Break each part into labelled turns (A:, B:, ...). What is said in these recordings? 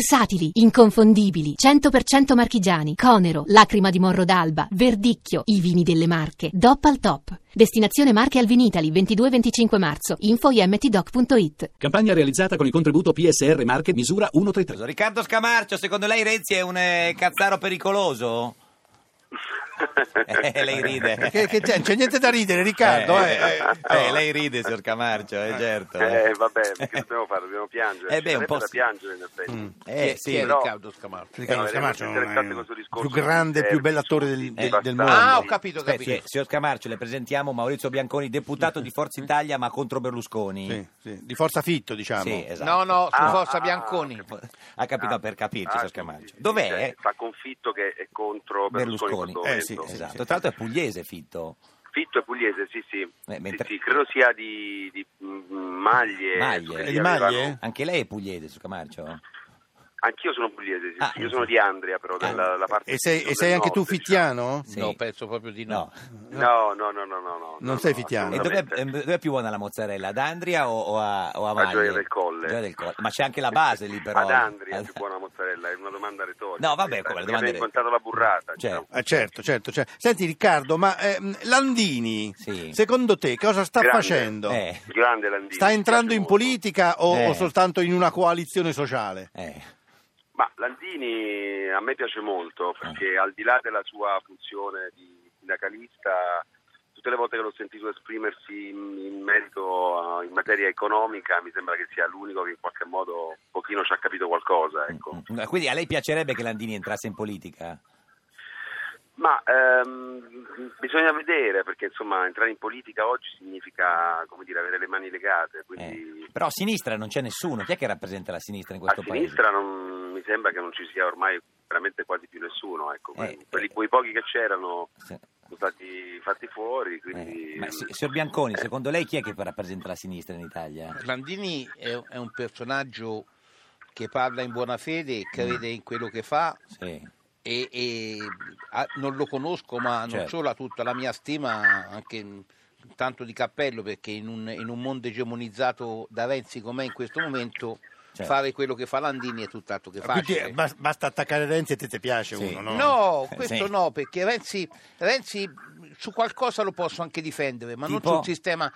A: Versatili, inconfondibili, 100% marchigiani, Conero, Lacrima di Morro d'Alba, Verdicchio, i vini delle Marche, DOP al top. Destinazione Marche al Vinitali, 22-25 marzo, info imtdoc.it.
B: Campagna realizzata con il contributo PSR Marche misura 133.
C: Riccardo Scamarcio, secondo lei Renzi è un eh, cazzaro pericoloso? Eh, lei ride.
D: Che, che c'è, c'è niente da ridere, Riccardo.
C: Eh,
D: eh, eh.
C: eh, lei ride, signor Scamarcio, eh, certo.
E: Eh, vabbè, che dobbiamo fare? Dobbiamo piangere.
C: Eh, beh, un
E: Sarebbe
C: po'
E: da
C: sì.
E: piangere, in effetti.
C: Eh,
D: Chi-
C: sì,
D: chi è
E: però-
D: Riccardo Scamarcio? Riccardo
E: Eh,
D: Scamarcio è
E: veramente interessante questo
D: il
E: discorso Eh,
D: più grande,
E: di
D: più bello attore del,
E: servizi,
D: del-
E: bastardi.
D: del mondo.
E: Ah,
D: Ah,
E: ho
D: capito,
C: Aspetti, eh, signor Scamarcio, le presentiamo Maurizio Bianconi, deputato di Forza Italia ma contro Berlusconi.
D: Sì, sì, Di Forza Fitto, diciamo.
C: Sì, esatto.
F: No, no, su
E: Ah,
F: Forza
E: ah,
F: Bianconi.
C: Ha capito per capirci, signor
E: sì,
C: Scamarcio.
E: sì, sì,
C: Dov'è? eh,
E: cioè, Sta confitto che è contro Berlusconi. in
C: Berlusconi.
E: questo
D: Eh, sì,
E: momento.
C: Esatto. Tra l'altro è pugliese Fitto.
E: Fitto è pugliese, sì, sì. Sì,
C: Eh, mentre-
E: sì, credo sia di, di, mm, maglie.
C: Maglie.
E: perché
D: È di
E: avevano-
D: maglie?
C: Anche lei è pugliese, signor Scamarcio?
E: Anch'io sono pugliese, sì,
C: Ah.
E: sì, io sono di Andria, però, della la parte diciamo.
D: E sei,
E: del
D: e sei anche tu
E: nord,
D: fittiano?
C: Sì.
F: No, penso proprio di no.
C: No.
E: diciamo. No, no, no, no, no. no,
D: Non
E: no,
D: sei
E: no,
D: fittiano.
C: E dov'è,
E: assolutamente.
C: eh, dov'è più buona la mozzarella? Ad Andria o, o a, o a
E: A Gioia
C: Maglie?
E: del Colle.
C: Gioia del Colle. Ma c'è anche la base lì però.
E: Ad Andria è
C: Ad-
E: più buona la mozzarella, è una domanda retorica.
C: No, vabbè, come la
E: Perché
C: domanda
E: abbiamo incontrato la burrata.
C: Certo.
E: diciamo.
D: Ah, certo, certo, certo. Senti Riccardo, ma ehm, Landini,
C: Sì.
D: secondo te cosa sta
E: Grande.
D: facendo?
C: Eh,
E: Grande Landini.
D: Sta
E: mi
D: entrando
E: piace
D: in
E: molto.
D: politica o,
C: Eh.
D: o soltanto in una coalizione sociale?
C: eh.
E: Ma Landini a me piace molto
C: Ah.
E: perché al di là della sua funzione di sindacalista, tutte le volte che l'ho sentito esprimersi in, in merito a- in materia economica mi sembra che sia l'unico che in qualche modo un pochino ci ha capito qualcosa. Ecco.
C: Mm, mm. Quindi a lei piacerebbe che Landini entrasse in politica?
E: Ma ehm, bisogna vedere perché insomma entrare in politica oggi significa come dire, avere le mani legate, quindi...
C: Eh. Però a sinistra non c'è nessuno. Chi è che rappresenta la sinistra in
E: a
C: questo paese?
E: sinistra non, mi sembra che non ci sia ormai veramente quasi più nessuno, ecco.
C: Eh,
E: Quelli-
C: eh.
E: quei pochi che c'erano
C: Se-
E: sono stati fatti fuori, quindi...
C: eh, Ma si- signor Bianconi, secondo lei chi è che rappresenta la sinistra in Italia?
F: Landini è, è un personaggio che parla in buona fede, crede in quello che fa
C: Sì.
F: e, e, ah, non lo conosco, ma non
C: Certo.
F: solo ha tutta la mia stima, anche mm, tanto di cappello, perché in un, in un mondo egemonizzato da Renzi com'è in questo momento,
C: Certo.
F: fare quello che fa Landini è tutt'altro che facile.
D: Quindi eh, bas- basta attaccare Renzi e te ti piace
C: Sì.
D: uno, no?
F: No,
C: Eh,
F: questo
C: sì.
F: no, perché Renzi, Renzi su qualcosa lo posso anche difendere, ma
C: Tipo?
F: non sul sistema,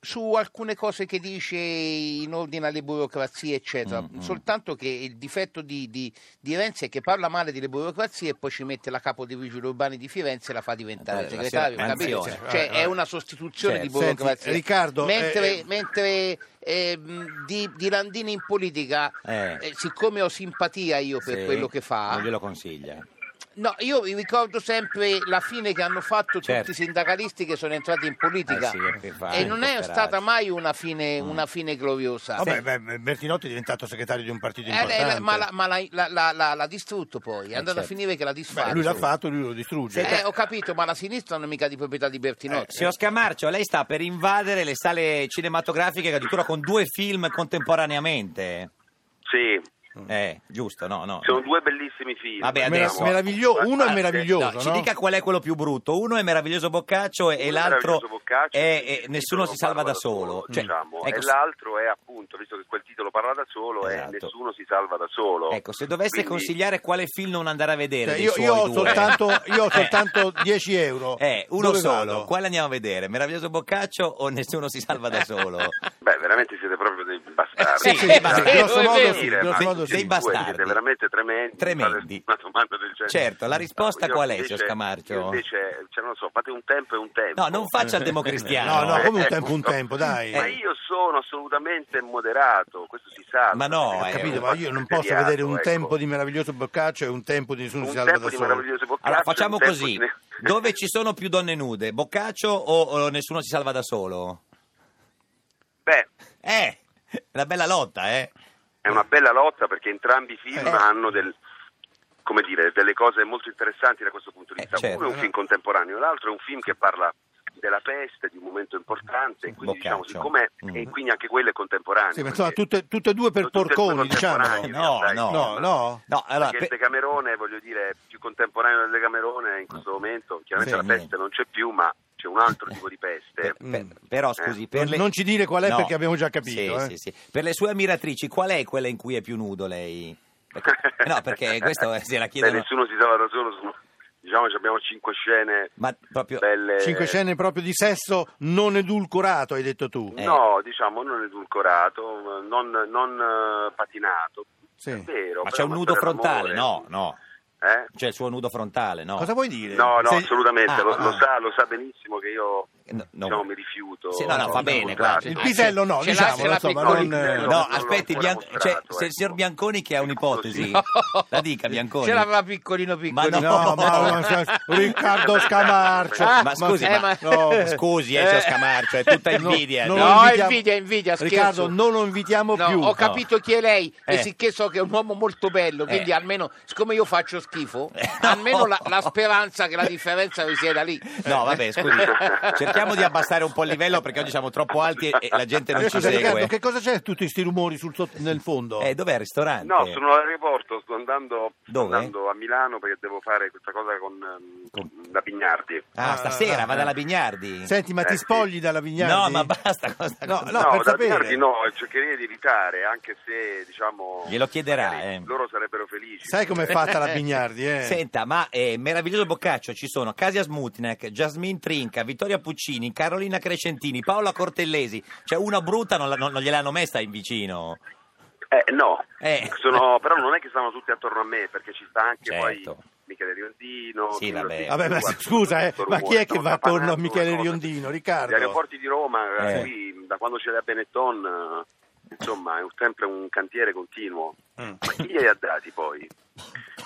F: su alcune cose che dice in ordine alle burocrazie, eccetera.
C: Mm, mm.
F: Soltanto che il difetto di, di- di Renzi è che parla male delle burocrazie e poi ci mette la capo dei vigili urbani di Firenze e la fa diventare
C: Eh, la
F: segretario.
C: sera-
F: capito?
C: anzione.
F: Cioè,
D: Eh, eh.
F: è una sostituzione
C: Certo.
F: di burocrazia.
D: Senti, Riccardo,
F: mentre,
D: eh,
F: mentre, ehm, di, di Landini in politica,
C: Eh.
F: eh, siccome ho simpatia io per
C: Sì.
F: quello che fa, eh,
C: Non glielo consiglia.
F: No, io vi ricordo sempre la fine che hanno fatto
C: Certo.
F: tutti i sindacalisti che sono entrati in politica
C: Eh sì, è per fare,
F: e non è
C: per
F: stata
C: fare.
F: mai una fine,
C: Mm.
F: una fine gloriosa.
D: Vabbè, beh, Bertinotti è diventato segretario di un partito
F: Eh, eh,
D: importante.
F: ma la- ma la- la- la- la- l'ha distrutto poi, è andato
C: certo.
F: a finire che l'ha
D: Beh,
F: disfatto.
D: lui l'ha fatto, lui lo distrugge.
F: Eh, ho capito, ma la sinistra non è mica di proprietà di Bertinotti.
C: Eh, Signor Scamarcio, lei sta per invadere le sale cinematografiche addirittura con due film contemporaneamente.
E: Sì,
C: Eh, giusto, no, no.
E: sono due bellissimi film.
C: Vabbè,
D: Eh,
E: diciamo.
D: mera-
C: adesso-
D: meraviglio- uno
E: Ah,
D: è
E: sì.
D: meraviglioso,
C: No, ci
D: no?
C: dica qual è quello più brutto. Uno è meraviglioso Boccaccio e, e
E: Uno è
C: l'altro
E: Meraviglioso
C: è,
E: Boccaccio, quindi
C: è
E: il titolo
C: Nessuno si salva
E: parla
C: da solo. Cioè,
E: diciamo.
C: ecco,
E: e
C: se-
E: l'altro è appunto, visto che quel titolo parla da solo,
C: Esatto.
E: è Nessuno si salva da solo.
C: ecco, se dovesse
E: Quindi-
C: consigliare quale film non andare a vedere,
D: Cioè,
C: dei
D: io,
C: suoi
D: io ho
C: due.
D: soltanto, io ho
C: Eh.
D: soltanto 10 euro.
C: Eh, uno
D: Dove
C: solo.
D: vado?
C: Quale andiamo a vedere? Meraviglioso Boccaccio o Nessuno si salva da solo?
E: Beh, veramente siete proprio dei bastardi. Cioè,
C: Sì, sì, ma-
E: Dai,
C: grosso
E: devo
C: modo
E: dire,
D: sì,
E: ma
D: grosso
E: tutti
D: modo
E: e due
D: sì.
C: Dei bastardi.
E: Siete veramente tremendi.
C: Tremendi.
E: Fate Una domanda del genere.
C: Certo, la risposta
E: Io
C: qual è,
E: invece-
C: signor Scamarcio?
E: Invece, cioè, non lo so, fate un tempo e un tempo.
C: No, non faccia il democristiano. Eh.
D: No, no, come un
E: Eh,
D: tempo, un
E: giusto.
D: tempo, dai.
E: Ma io sono assolutamente moderato, questo si sa.
C: Ma no,
E: Eh,
C: eh,
D: Capito,
E: un
D: ma io non posso
E: materiato,
D: vedere un
E: ecco.
D: tempo di meraviglioso Boccaccio e un tempo di nessuno
E: un
D: si salva
E: tempo
D: da
E: di
D: solo.
E: meraviglioso Boccaccio.
C: Allora facciamo
E: un tempo
C: così:
E: di-
C: dove ci sono più donne nude, Boccaccio o, o nessuno si salva da solo?
E: Beh,
C: Eh, è una bella lotta, eh.
E: è una bella lotta perché entrambi i film
D: Eh.
E: hanno del- come dire, delle cose molto interessanti da questo punto di
C: Eh,
E: vista.
C: certo.
E: Uno è un film contemporaneo, l'altro è un film che parla della peste, di un momento importante, quindi, diciamo,
C: Boccaccio.
E: siccome-
C: Mm.
E: e quindi anche quello è contemporaneo.
D: Sì, ma insomma,
E: perché-
D: tutte, tutte e due per
E: Tutte e due
D: porconi,
E: contemporanei,
D: diciamolo.
C: No,
E: dai,
C: no.
D: No, no.
C: No, allora,
E: perché
C: pe-
E: il Decamerone, voglio dire, è più contemporaneo del Decamerone in questo momento,
C: Sì, Eh.
E: chiaramente la
C: niente.
E: peste non c'è più, ma c'è un altro tipo di peste.
C: per- per- però scusi, per
D: Non-
C: le-
D: non ci dire qual è perché abbiamo già capito,
C: Sì, sì,
D: eh.
C: sì. Per le sue ammiratrici, qual è quella in cui è più nudo lei? Perché- no, perché questo eh, se la
E: Beh,
C: chiedono...
E: nessuno si salva da solo, sono- diciamo ci abbiamo cinque scene
C: Ma proprio...
E: belle.
D: Cinque scene proprio di sesso non edulcorato, hai detto tu.
C: Eh.
E: No, diciamo non edulcorato, non, non, eh, patinato.
D: Sì.
E: È vero,
C: Ma
E: però
C: c'è un nudo
E: mostrare
C: frontale, no,
E: l'amore.
C: no.
E: Eh?
C: C'è il suo nudo frontale, no.
D: Cosa vuoi dire?
E: No, no,
D: Se-
E: assolutamente,
D: Ah,
E: lo,
D: ah,
E: lo
D: ah.
E: sa, lo sa benissimo che io
C: No, no.
E: diciamo, mi rifiuto.
C: Sì, no, no, fa
E: di
C: bene,
E: incontrarlo.
D: Il
F: guarda.
D: pisello no,
F: Ce l'ha,
D: diciamo,
F: ce l'ha
D: insomma,
E: piccolo.
D: non... eh,
E: non
C: No,
E: l'ho
C: aspetti,
E: ancora
C: Bian-
E: mostrato,
C: cioè, se il signor
E: ecco.
C: Bianconi che ha un'ipotesi,
E: No.
C: la dica Bianconi.
F: Ce l'aveva piccolino piccolino.
C: Ma
D: No, ma, ma- Riccardo Scamarcio.
F: Ah,
C: ma scusi,
F: eh,
C: ma-
F: ma-
D: no.
C: scusi, eh, c'è Scamarcio, è tutta
D: No,
C: invidia.
D: non
F: No,
D: lo invitiamo-
F: invidia, invidia, scherzo.
D: Riccardo, non lo invitiamo
F: No,
D: più.
F: ho capito chi è lei
C: Eh.
F: e sicché so che è un uomo molto bello, quindi
C: Eh.
F: almeno, siccome io faccio schifo,
C: Eh, no.
F: almeno la, la speranza che la differenza vi sia da lì.
D: Eh.
C: No, vabbè, scusi, cerchiamo di abbassare un po' il livello perché oggi siamo troppo alti e, e la gente non ci
D: Scusa, Riccardo,
C: segue.
D: Eh, che cosa c'è tutti questi rumori sul sotto- nel fondo?
C: Eh, dov'è il ristorante?
E: No, sono all'aeroporto, sto andando, sto
C: Dove?
E: andando a Milano perché devo fare questa cosa con, ehm,
C: Con-
E: la Bignardi.
C: Ah, stasera,
D: Ah,
C: vada alla Bignardi.
D: Senti, ma ti
E: Eh, sì.
D: spogli dalla Vignardi?
C: No, ma basta con sta
D: No,
C: cosa.
D: no, per
E: da
D: sapere.
E: Bignardi no, cercherei di evitare, anche se diciamo...
C: Glielo chiederà,
E: magari
C: eh.
E: Loro sarebbero felici.
D: Sai com'è fatta la Bignardi, eh?
C: Senta, ma eh, meraviglioso Boccaccio ci sono Casia Smutnek, Jasmine Trinca, Vittoria Puccini, Carolina Crescentini, Paola Cortellesi. Cioè, una brutta non, la- non- non gliel'hanno messa in vicino.
E: Eh, no,
C: Eh.
E: Sono- però non è che stanno tutti attorno a me perché ci sta anche
C: Certo.
E: poi Michele Riondino.
C: Sì,
E: Silvio
C: vabbè.
E: Pinto,
D: Vabbè, ma
E: guarda,
D: scusa, eh,
E: tutto
D: ma chi è
E: rumore,
D: che va
E: stanno
D: attorno a
E: fanando
D: Michele
E: una cosa.
D: Riondino,
E: Gli
D: Riccardo?
E: aeroporti di Roma,
C: Eh.
E: qui, da quando c'è la Benetton, eh, insomma, è un- sempre un cantiere continuo. Ma chi li ha dati poi?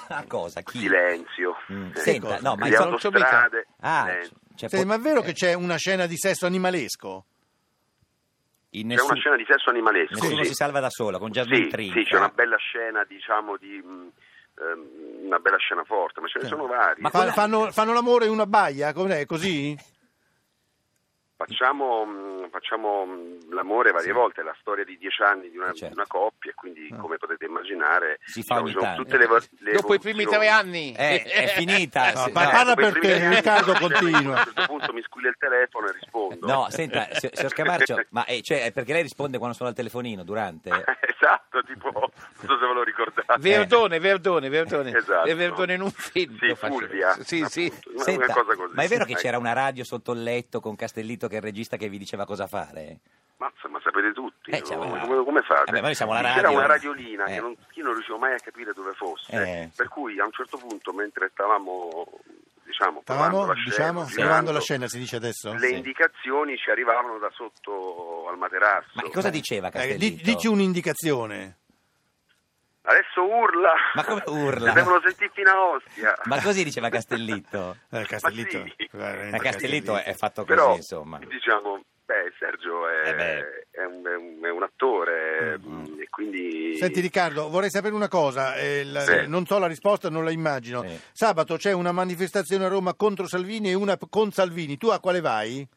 C: Ah, cosa? Mm. Chi?
E: Silenzio.
C: Mm,
E: Eh,
C: Senta, no, ma
E: le
C: insomma-
E: autostrade. eh,
C: Ah,
E: silenzio.
C: cioè,
D: Senti,
C: po-
D: ma è vero
C: eh,
D: che c'è una scena di sesso animalesco?
C: in
E: C'è
C: nessun-
E: una scena di sesso animalesco.
C: Nessuno
E: sì.
C: si salva da solo, con Jasmine
E: Sì,
C: Trinca.
E: sì, c'è una bella scena, diciamo, di mh, ehm, una bella scena forte, ma ce ne sono vari.
C: Ma
D: Fa-
C: quella-
D: fanno, fanno l'amore in una baia? Com'è? Così?
E: Facciamo, mh, facciamo mh, l'amore varie volte, è la storia di dieci anni di una,
C: Eh, certo. Mm.
E: di una coppia, e quindi come potete immaginare
C: Si fa ogni
E: diciamo, sono
C: tanto.
E: tutte le, vo- le
F: Dopo i primi tre
E: evoluzioni.
F: anni.
C: Eh, è finita.
D: No,
C: se-
D: ma
C: no.
D: parla
E: Dopo i
D: per
E: primi
D: te,
E: tre anni,
D: Riccardo,
E: cioè,
D: continua.
E: A un certo punto mi squilla il telefono e rispondo.
C: No, senta, si- signor Scamarcio, ma eh, cioè, è perché lei risponde quando sono al telefonino, durante...
E: esatto, tipo, non so se ve lo ricordate.
F: Verdone, Verdone, Verdone.
E: Esatto.
F: E Verdone in un film.
E: Sì,
F: lo faceva.
E: Fulvia.
F: Sì, sì.
E: appunto, Una,
C: Senta,
E: una cosa così.
C: ma è vero che
E: Ecco.
C: c'era una radio sotto il letto con Castellito che è il regista che vi diceva cosa fare?
E: Mazza, ma sapete tutti,
C: Eh,
E: no?
C: siamo la-
E: come, come fate?
C: Vabbè, ma noi siamo la
E: C'era
C: radio.
E: una radiolina
C: Eh.
E: che non, io non riuscivo mai a capire dove fosse,
C: Eh.
E: per cui a un certo punto mentre stavamo, diciamo,
D: Stavamo,
E: provando la scena,
D: diciamo,
E: girando,
D: provando la scena, si dice adesso? Eh,
E: le indicazioni ci arrivavano da sotto al materasso.
C: Ma che cosa diceva
D: Eh,
C: Castellito?
D: di- dici un'indicazione.
E: Adesso urla!
C: Ma come urla?
E: Le devono sentire fino a Ostia!
C: Ma così diceva Castellitto?
D: Eh, Castellitto.
E: Ma sì.
D: veramente
C: Ma Castellitto è fatto così,
E: Però,
C: insomma.
E: diciamo, beh, Sergio è,
C: Eh beh. Mm,
E: è un, è un- è un attore mh, e quindi...
D: Senti Riccardo, vorrei sapere una cosa, eh, la-
E: Sì.
D: non so la risposta, non la immagino.
C: Sì.
D: Sabato c'è una manifestazione a Roma contro Salvini e una p- con Salvini, tu a quale vai?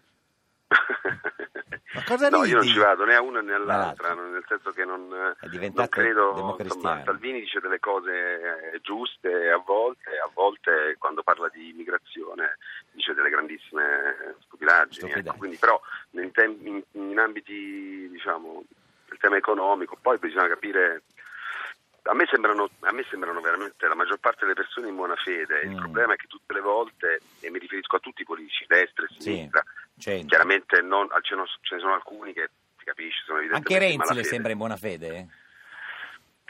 D: Ma cosa
E: no, io non
D: ridi?
E: ci vado né a una né all'altra,
C: All'altra.
E: non- nel senso che non,
C: È
E: non
C: diventato
E: credo.
C: democristiano.
E: Insomma, Salvini dice delle cose eh, giuste a volte, a volte quando parla di immigrazione dice delle grandissime eh, stupidaggini. ecco.
C: Stupidaggini.
E: Quindi, però, in, tem- in- in ambiti, diciamo, il tema economico, poi bisogna capire. A me, sembrano, a me sembrano veramente la maggior parte delle persone in buona fede. Il
C: Mm.
E: problema è che tutte le volte, e mi riferisco a tutti i politici, destra e
C: Sì,
E: sinistra,
C: c'entra.
E: chiaramente non- ah, ce, ne- ce ne sono alcuni che si capisce sono evidentemente
C: Anche Renzi le
E: malafede.
C: sembra in buona fede?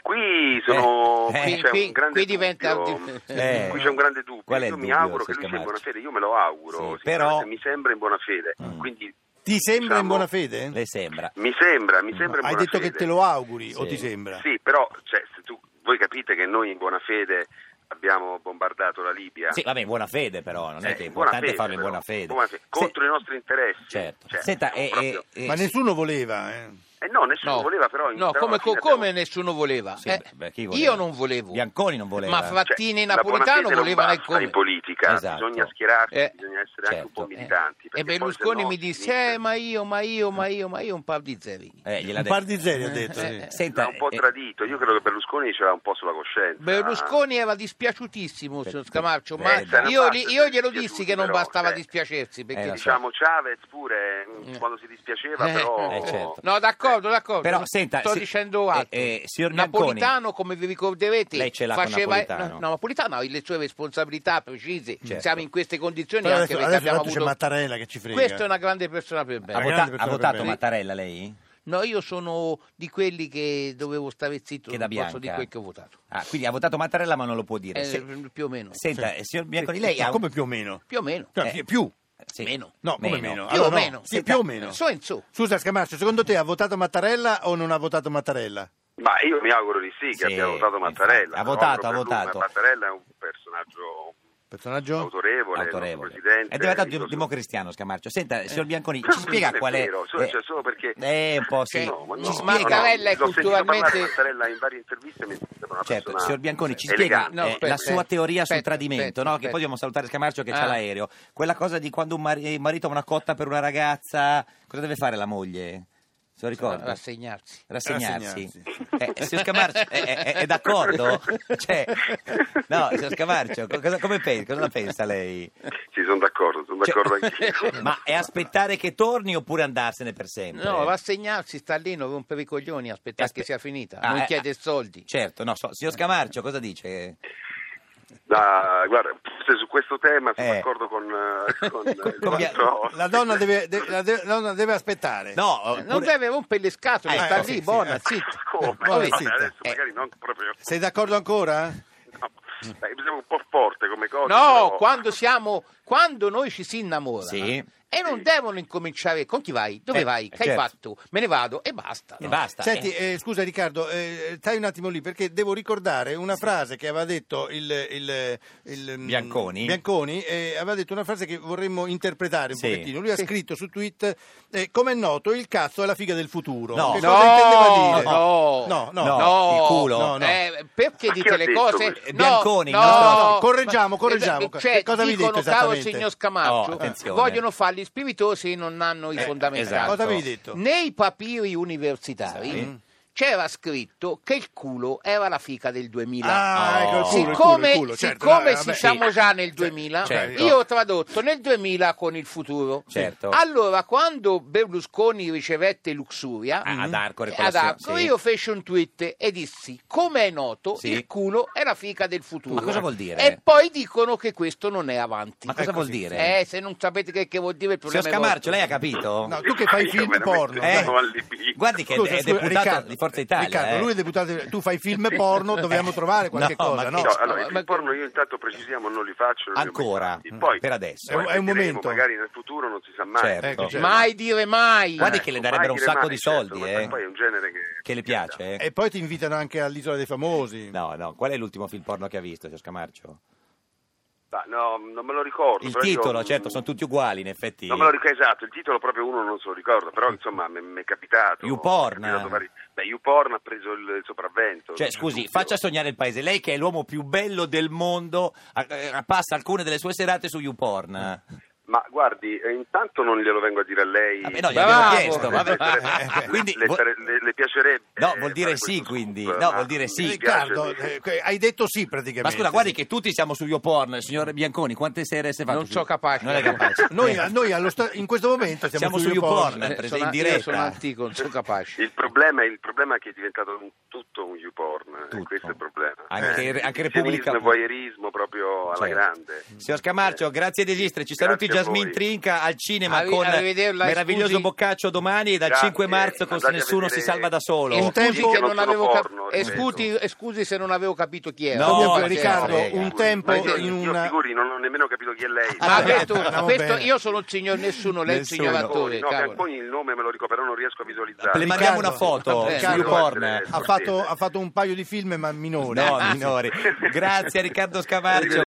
E: qui sono
C: Eh,
E: qui
C: eh.
E: c'è
F: Qui-
E: un grande
F: qui diventa-
E: dubbio,
C: Eh.
E: qui c'è un grande dubbio
C: Qual è
E: io
C: il
E: mi
C: dubbio,
E: auguro che
C: signor
E: lui sia in buona
C: Marci?
E: fede io me lo auguro
C: Sì, però-
E: sinceramente, mi sembra in buona fede
C: Mm.
E: quindi
D: Ti sembra in
E: diciamo,
D: buona fede?
C: Le sembra.
E: mi sembra mi sembra in
D: Hai
E: buona
D: detto
E: fede.
D: che te lo auguri o
C: Sì.
D: ti sembra?
E: sì però cioè, se tu- voi capite che noi in buona fede abbiamo bombardato la Libia
C: Sì, vabbè, in buona fede però, non è
E: Eh,
C: che è
E: in buona
C: importante
E: fede,
C: farlo in
E: però.
C: buona fede.
E: Buona fede. contro
C: Se-
E: i nostri interessi
C: Certo.
E: Cioè,
C: Senta,
E: siamo
C: eh,
E: proprio-
C: eh,
D: Ma
C: eh,
D: nessuno voleva, eh.
E: Eh no nessuno
F: No,
E: voleva però in-
F: no,
E: però
F: come,
E: alla fine
F: come
E: abbiamo-
F: nessuno voleva?
C: Sì,
F: Eh,
C: beh, chi voleva?
F: Io non volevo.
C: Bianconi non voleva.
F: Ma Frattini e
E: Cioè, la
F: Napolitano
E: buona fede non
F: volevano e
E: basta
F: come.
E: in politica
C: Esatto.
E: bisogna schierarsi
F: Eh,
E: bisogna essere anche un po'
C: certo.
E: militanti
F: E
E: perché poi
F: Berlusconi
E: se no
F: mi
E: si
F: disse,
E: inizia-
F: eh, ma io, ma io, ma io, ma io un par di zerini.
C: Eh, gliel'ha
D: Un
C: detto.
D: par di zeri ha detto, sì.
F: Eh, eh.
C: Senta,
E: l'ha un po'
C: eh,
E: tradito io credo che Berlusconi ce l'ha un po' sulla coscienza Eh,
F: Berlusconi era dispiaciutissimo, signor Scamarcio, ma
C: Eh, da
F: io,
E: una
F: gli-
E: parte
F: io
E: è
F: glielo
E: dispiaciuto,
F: dissi che non
E: però,
F: bastava
E: eh.
F: dispiacersi. Perché
C: cioè, Eh, lo so.
E: diciamo Chavez pure mh, quando si dispiaceva
F: Eh,
E: però
C: eh, certo.
F: No, d'accordo, d'accordo, d'accordo.
C: Però
F: No,
C: senta,
F: sto
C: si-
F: dicendo altro.
C: eh, eh, signor Bianconi,
F: Napolitano, come vi ricorderete,
C: lei ce l'ha con
F: faceva
C: Napolitano.
F: no, no, Napolitano ha le sue responsabilità precise.
C: Certo.
F: Siamo in queste condizioni
D: Però
F: anche
D: adesso,
F: perché
D: adesso,
F: abbiamo
D: adesso c'è
F: avuto
D: Mattarella che ci frega.
F: Questa è una grande persona per
C: Ha,
F: bene.
D: grande
C: vota- ha
D: persona
C: votato
D: per me.
C: Mattarella lei?
F: No, io sono di quelli che dovevo stare zitto,
C: Che da
F: non
C: bianca.
F: posso di quel che ho votato.
C: Ah, quindi ha votato Mattarella ma non lo può dire.
F: Eh,
C: Se-
F: più o meno.
C: Senta, eh, signor Bianconi,
D: Sì,
C: lei
D: ma
C: ha...
D: Cioè, come più o meno?
F: Più o meno.
D: Cioè,
C: Eh,
D: più.
C: sì.
F: meno.
D: No, come meno?
F: Più
D: Allora
F: o
D: no,
F: meno.
D: sì, più o meno.
F: So in su.
D: Scusa Scamarcio, secondo te ha votato Mattarella o non ha votato Mattarella?
E: Eh, Ma io mi auguro di sì che
C: Sì,
E: abbia votato
C: infatti.
E: Mattarella.
C: Ha
E: però
C: votato,
E: per
C: ha
E: lui
C: votato.
E: Mattarella è un personaggio
D: Personaggio?
E: autorevole,
C: autorevole.
E: presidente.
C: È diventato
E: il suo-
C: democristiano Scamarcio.
F: Eh.
C: Senta, signor Bianconi, ci
E: Non
C: spiega
E: è
C: qual è...
E: vero, solo-
C: eh,
E: cioè, solo perché-
C: Eh, un po' sì.
F: Cioè,
E: No, ma no,
F: Ci
E: no,
F: spiega,
E: no,
F: Vella è
E: l'ho sentito parlare
F: culturalmente-
E: di Mattarella in varie interviste mi sembra una
C: Certo,
E: persona
C: signor Bianconi, ci spiega
E: elegante.
F: No,
C: eh,
F: aspetta,
C: la sua
F: eh.
C: teoria sul
F: Aspetta,
C: tradimento,
F: aspetta,
C: no? che
F: aspetta.
C: poi dobbiamo salutare Scamarcio che c'ha
F: Ah.
C: l'aereo. Quella cosa di quando un mari- marito ha una cotta per una ragazza, cosa deve fare la moglie? Se lo ricorda?
F: Rassegnarsi.
C: Rassegnarsi.
D: Rassegnarsi.
C: Eh, signor Scamarcio, è, è- è d'accordo? Cioè, no, signor Scamarcio, co- cosa, come pensa, cosa la pensa lei?
E: Sì, sono d'accordo, sono d'accordo anch'io.
C: Ma è aspettare che torni oppure andarsene per sempre?
F: No, rassegnarsi, sta lì, non rompere i coglioni, aspettare
C: Aspe-
F: che sia finita.
C: Ah,
F: non
C: eh,
F: chiede
C: ah,
F: soldi. Eh,
C: Certo, no, so- signor Scamarcio, cosa dice?
E: Da- guarda, forse su questo tema sono
C: Eh.
E: d'accordo con, eh, con, eh,
C: Con-
E: il
C: con mia-
E: nostro-
D: La donna deve, de- la de- la donna deve aspettare.
C: No,
F: Eh, Non
C: oppure-
F: deve rompere le scatole,
D: Eh,
F: sta lì,
D: ecco, sì, sì,
F: buona,
D: ecco.
F: zitta.
E: Come?
D: Poi
E: Vabbè,
D: zitta.
E: adesso
C: Eh.
E: magari non proprio...
D: Sei d'accordo ancora?
E: No, dai, mi sembra un po' forte come cosa.
F: No,
E: però-
F: quando siamo, quando noi ci si innamora
C: Sì.
F: e non devono incominciare con chi vai, dove
C: Eh,
F: vai, che
C: certo.
F: hai fatto, me ne vado e basta.
C: E
F: no?
C: basta.
D: Senti, eh, scusa Riccardo, eh, stai un attimo lì perché devo ricordare una frase che aveva detto il, il- il- mm,
C: Bianconi.
D: Bianconi, eh, aveva detto una frase che vorremmo interpretare un
C: Sì.
D: pochettino. Lui ha scritto su tweet, eh, come è noto, il cazzo è la figa del futuro.
C: No.
D: Che
F: No,
D: cosa intendeva dire?
F: no,
D: no, no.
C: No, il culo.
D: No, no.
F: Eh, perché
E: Ma chi
F: dite
E: ha
F: le
E: detto
F: cose?
E: questo?
C: Bianconi,
F: no,
C: no, no,
D: no, correggiamo,
F: Ma-
D: correggiamo.
F: Cioè,
D: Che cosa vi
F: dicono,
D: dite
F: caro
D: esattamente?"
F: signor
C: Oh,
F: Scamaccio,
C: attenzione.
F: vogliono farli spiritosi e non hanno i fondamentali.
C: esatto.
D: Cosa avevi detto?
F: Nei papiri universitari c'era scritto che il culo era la fica del 2000.
D: Ah, ecco, il culo,
F: siccome
D: il culo, il culo, certo,
F: siccome
D: no, vabbè.
F: siamo
D: Sì.
F: già nel
D: Sì,
F: 2000,
C: certo.
F: io ho tradotto nel 2000 con il futuro.
C: Certo.
F: Allora, quando Berlusconi ricevette Luxuria,
C: Ah, ad Arcore, con la
F: ad
C: sua-
F: Arcore,
C: sì.
F: io feci un tweet e dissi: Come è noto,
C: Sì.
F: il culo è la fica del futuro.
C: Ma cosa vuol dire?
F: E poi dicono che questo non è avanti.
C: Ma cosa
F: Ecco
C: vuol
F: sì.
C: dire?
F: Eh, se non sapete che, che vuol dire il
C: Signor
F: problema è
C: Scamarcio,
F: vostro.
C: lei ha capito?
D: No, tu che fai
E: Io
D: film
E: veramente
D: porno.
C: Eh?
D: dai.
E: sono allibito.
C: Guardi che
D: Scusa,
C: è
D: scusa,
C: deputato
D: Riccardo,
C: di Forza Italia.
D: Riccardo,
C: eh.
D: lui è deputato. di- Tu fai film porno, dobbiamo trovare qualche
C: No,
D: cosa,
C: ma-
D: no?
E: No, allora,
F: no,
E: i
F: ma-
E: film porno io intanto precisiamo non li faccio. non li ho
C: Ancora,
E: mai fatti. Poi,
C: per adesso.
D: È un- è un
E: poi vedremo,
D: momento.
E: Magari nel futuro non si sa mai.
C: Certo.
D: Ecco, certo.
F: Mai dire
E: Eh,
F: mai.
C: Guardi che le darebbero un
E: Mai dire
C: sacco
E: mai,
C: di
E: certo,
C: soldi,
E: questo
C: eh.
E: Poi è un genere che...
C: Che le piace? eh?
D: E poi ti invitano anche all'Isola dei Famosi.
C: No, no, qual è l'ultimo film porno che ha visto, signor Scamarcio?
E: Ma no, non me lo ricordo.
C: Il
E: però io-
C: titolo, certo, sono tutti uguali in effetti.
E: Non me lo ricordo, esatto, il titolo proprio uno non se lo ricordo, però insomma mi mi è capitato.
C: YouPorn.
E: mi è capitato vari- Beh, YouPorn ha preso il il sopravvento.
C: Cioè, scusi, faccia sognare il paese. Lei che è l'uomo più bello del mondo, a- eh, passa alcune delle sue serate su
E: Mm,
C: YouPorn.
E: Ma guardi, eh, intanto non glielo vengo a dire a lei.
C: Vabbè, no, gli
F: Bravo.
C: abbiamo chiesto.
E: Le
C: vabbè.
E: sare-
C: Quindi,
E: le,
C: vo-
E: sare- le- le piacerebbe.
C: No, vuol dire
E: fare
C: sì,
E: questo
C: quindi.
E: scoop,
C: No,
E: ma
C: vuol dire sì.
E: mi
D: Riccardo,
E: piace-
D: eh, hai detto sì
C: ma
D: praticamente.
C: scusa, guardi che tutti siamo su YouPorn, signor Bianconi, quante sere si fa?
F: Non sono capace.
C: Non è capace. Eh,
D: Noi, Eh, noi allo sta- in questo momento siamo,
C: Siamo su
D: YouPorn.
C: YouPorn. presa
F: Eh, sono,
C: in
F: io
C: diretta.
F: sono antico, non sono capace.
E: il, problema, il problema è che è diventato un- tutto un YouPorn.
C: Tutto.
E: e Questo è il problema.
C: Anche- anche Repubblica-
E: Repubblica. Il voyeurismo proprio alla
C: Certo.
E: grande. Eh.
C: Signor Scamarcio, grazie di esistere. Ci
E: Grazie
C: saluti
E: a
C: Jasmine
E: voi.
C: Trinca al cinema
F: Arri-
C: con
F: arrivederla,
C: meraviglioso
F: scusi.
C: boccaccio domani e dal
E: Grazie,
C: 5 marzo con
E: andate a
C: Nessuno
E: vedere-
C: si salva da solo.
D: Un
F: E
D: tempo-
F: scusi che non avevo cap-
E: Porno,
F: e scusi, e scusi se non avevo capito chi era.
C: No,
D: Comunque,
C: ma che
D: Riccardo,
C: frega.
D: un tempo
E: Eh, Ma io,
D: in
E: io
D: una...
E: figuri, non ho nemmeno capito chi è lei.
C: Ah,
F: Ma
D: Allora,
F: questo,
D: andiamo
F: questo-
D: bene.
F: io sono il signor nessuno, lei è il
C: Nessuno.
F: signor
E: Bianconi,
F: attore.
E: no,
F: cavolo.
E: Bianconi il nome me lo ricordo, però non riesco a visualizzare.
C: Le mandiamo una
D: Riccardo,
C: foto
F: vabbè,
C: su
D: Riccardo,
C: YouPorn.
E: eh,
D: Ha fatto, ha fatto un paio di film, ma minori.
C: No, minori. Grazie a Riccardo Scamarcio.